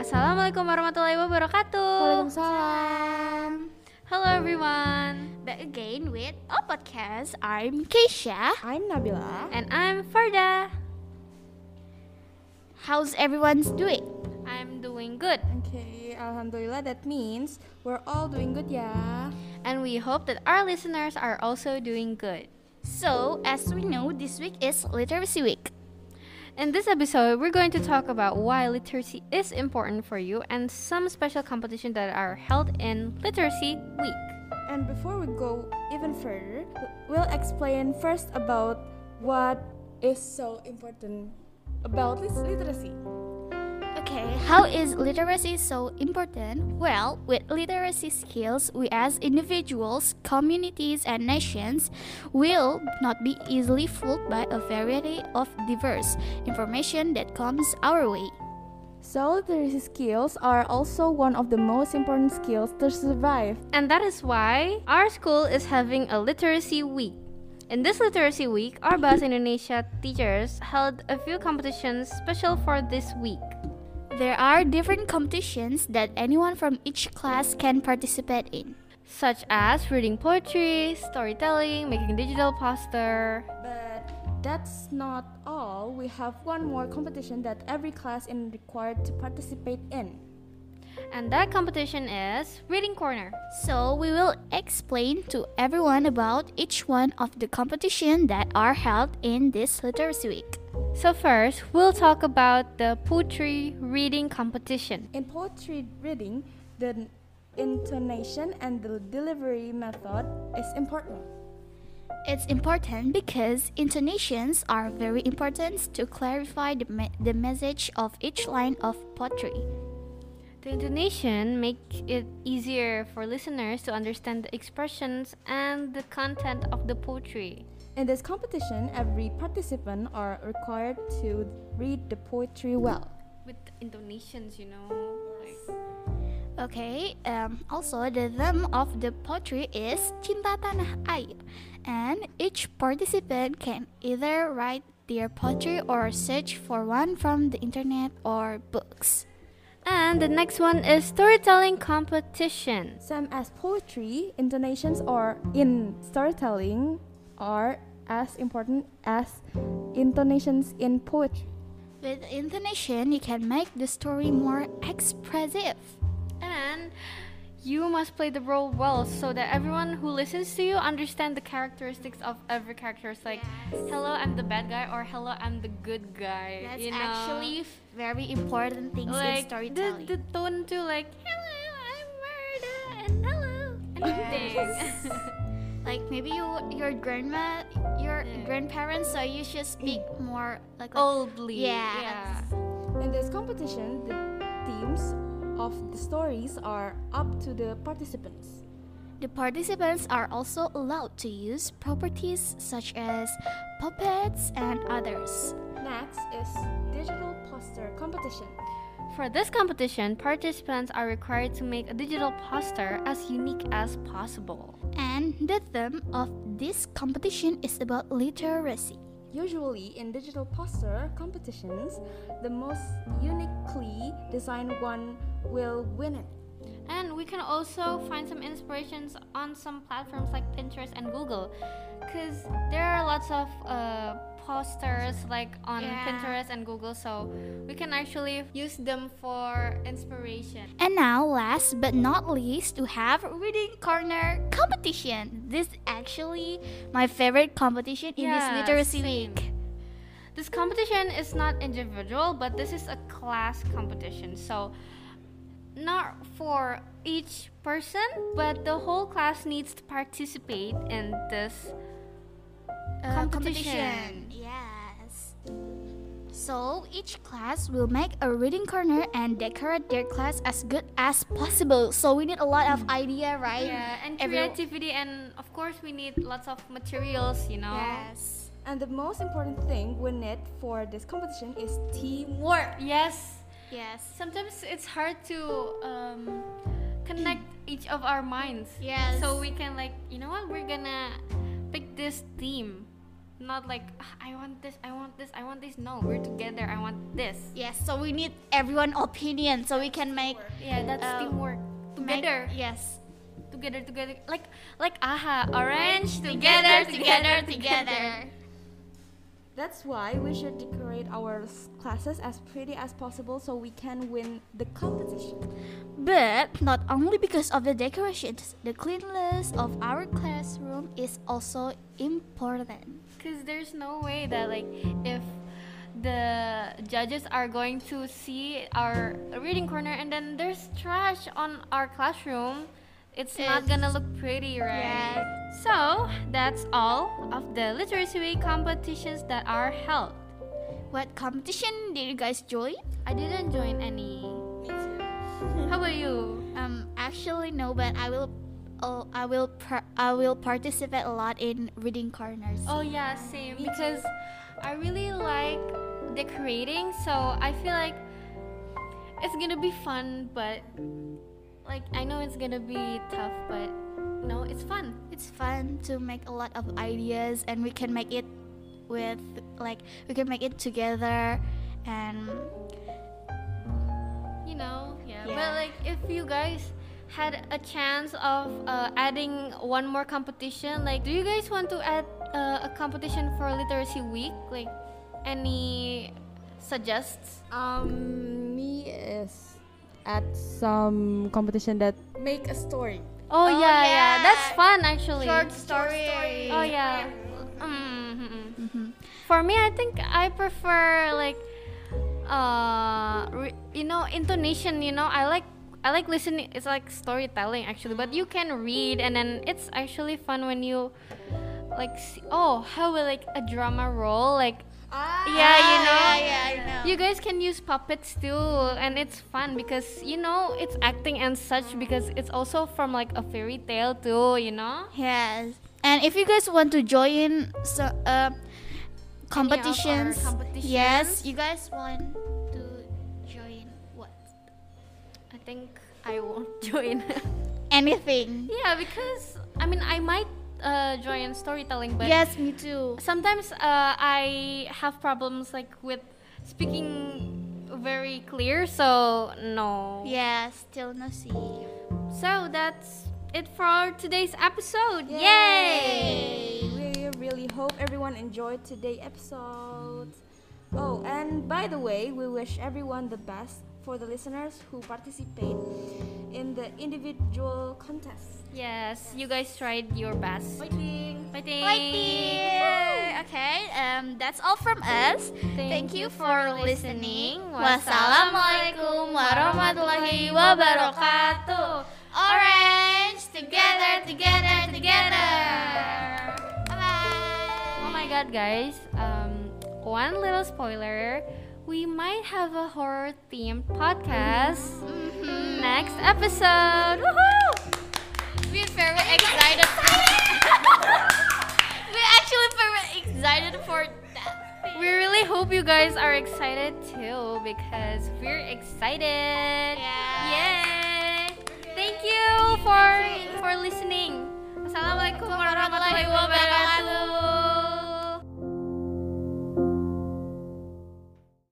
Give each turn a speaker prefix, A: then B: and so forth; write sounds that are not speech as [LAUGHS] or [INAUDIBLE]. A: Assalamualaikum warahmatullahi wabarakatuh.
B: Waalaikumsalam.
A: Hello everyone.
B: Back again with our podcast. I'm Keisha.
C: I'm Nabila.
A: And I'm Farda.
B: How's everyone's doing?
A: I'm doing good.
C: Okay, Alhamdulillah that means we're all doing good ya.
A: And we hope that our listeners are also doing good.
B: So, as we know, this week is Literacy Week.
A: In this episode, we're going to talk about why literacy is important for you and some special competitions that are held in Literacy Week.
C: And before we go even further, we'll explain first about what is so important about lit- literacy.
B: Okay, how is literacy so important? Well, with literacy skills, we as individuals, communities, and nations will not be easily fooled by a variety of diverse information that comes our way.
C: So literacy skills are also one of the most important skills to survive.
A: And that is why our school is having a literacy week. In this literacy week, our Bahasa Indonesia teachers held a few competitions special for this week.
B: There are different competitions that anyone from each class can participate in.
A: such as reading poetry, storytelling, making digital poster.
C: But that's not all. We have one more competition that every class is required to participate in.
A: And that competition is Reading Corner.
B: So, we will explain to everyone about each one of the competition that are held in this literacy week.
A: So, first, we'll talk about the poetry reading competition.
C: In poetry reading, the intonation and the delivery method is important.
B: It's important because intonations are very important to clarify the, me- the message of each line of poetry.
A: The intonation makes it easier for listeners to understand the expressions and the content of the poetry.
C: In this competition, every participant are required to read the poetry well.
A: With intonations, you know. like-
B: Okay, um, also the theme of the poetry is Cinta Tanah Air, and each participant can either write their poetry or search for one from the internet or books.
A: And the next one is storytelling competition.
C: Same as poetry, intonations are in storytelling are as important as intonations in poetry.
B: With intonation, you can make the story more expressive.
A: And you must play the role well so that everyone who listens to you understand the characteristics of every character. It's like, hello, I'm the bad guy, or hello, I'm the good guy.
B: That's
A: you know?
B: actually very important things in
A: like
B: storytelling.
A: The, the tone to like, hello, I'm Marta, and hello, and everything.
B: like maybe you, your grandma, your
A: Yeah. Mm.
B: grandparents, so you should speak more like, like
A: Oldly.
B: Yeah.
C: In this competition, the themes of the stories are up to the participants.
B: The participants are also allowed to use properties such as puppets and others.
C: Next is digital poster competition.
A: [LAUGHS] For this competition, participants are required to make a digital poster as unique as possible.
B: And the theme of this competition is about literacy.
C: Usually in digital poster competitions, the most uniquely designed one will win it.
A: And we can also find some inspirations on some platforms like Pinterest and Google, because there are lots of uh, posters like on
B: Yeah.
A: Pinterest and Google, so we can actually use them for inspiration.
B: And now, last but not least, we have reading corner competition. This actually my favorite competition in
A: Yeah,
B: this literacy
A: same.
B: week.
A: This competition is not individual, but this is a class competition, so not for each person, but the whole class needs to participate in this
B: Uh,
A: Competition.
B: Yes. So each class will make a reading corner and decorate their class as good as possible. So we need a lot of idea, right?
A: Yeah, and
B: Every-
A: creativity, and of course, we need lots of materials, you know.
B: Yes.
C: And the most important thing we need for this competition is teamwork.
A: Yes.
B: Yes.
A: Sometimes it's hard to um, connect each of our minds.
B: Yes.
A: So we can like, you know what? We're gonna pick this theme. Not like "Ah, I want this, I want this, I want this. No, we're together. I want this.
B: Yes, so we need everyone opinion so we can make
A: Yeah, that's
B: Um,
A: teamwork.
B: make-
A: Together,
B: yes.
A: together, together. Like like aha, orange together, together, together.
C: That's why we should decorate our s- classes as pretty as possible so we can win the competition.
B: But not only because of the decorations, the cleanliness of our classroom is also important.
A: Because there's no way that like if the judges are going to see our reading corner and then there's trash on our classroom, it's, not
B: It's-
A: gonna look pretty, right?
B: Yes.
A: So that's all of the literacy week competitions that are held.
B: What competition did you guys join?
A: I didn't join any. How about you?
B: Um, actually no, but I will, oh, I will, par- I will participate a lot in reading corners.
A: Oh yeah, same. Because I really like decorating, so I feel like it's gonna be fun, but like I know it's gonna be tough, but no, it's fun.
B: It's fun to make a lot of ideas, and we can make it with like we can make it together, and
A: You know, yeah. But
B: Yeah.
A: like if you guys had a chance of uh, adding one more competition, like do you guys want to add uh, a competition for Literacy Week? Like any suggests?
C: Um, me is at some competition that make a story.
A: Oh, yeah, yeah,
B: yeah.
A: that's fun actually.
B: story.
A: Oh yeah. Mm-hmm. For me, I think I prefer like, uh, re- you know, intonation. You know, I like I like listening. It's like storytelling actually, but you can read, and then it's actually fun when you like see, oh how will like a drama roll like
C: Ah,
A: yeah you know
B: I know.
A: you guys can use puppets too, and it's fun because you know it's acting and such because it's also from like a fairy tale too, you know.
B: Yes. And if you guys want to join so uh, competitions,
A: competitions?
B: yes, you guys want to join what?
A: I think I won't [LAUGHS] join.
B: Anything.
A: yeah, because I mean I might uh, join storytelling, but
B: yes, me too.
A: sometimes uh, I have problems like with speaking very clear. So no.
B: Yes, still no see.
A: So that's it for today's episode. Yay!
C: We really hope everyone enjoyed today's episode. Oh, and by the way, we wish everyone the best for the listeners who participate in the individual contest.
A: Yes, you guys tried your best.
C: Fighting!
A: Fighting!
B: Fighting. Okay, um, that's all from us.
A: Thank
B: Thank,
A: you
B: you
A: for
B: for listening.
A: listening.
B: Wassalamualaikum warahmatullahi wabarakatuh. Orange, together, together, together.
A: Oh
B: Bye bye.
A: my god, guys. Um, one little spoiler. We might have a horror themed podcast next episode. Woohoo!
B: We're very excited. [LAUGHS] We're actually very excited for that.
A: We really hope you guys are excited too because we're excited.
B: Yes.
A: Yay! Thank you for for listening. Assalamualaikum warahmatullahi wabarakatuh.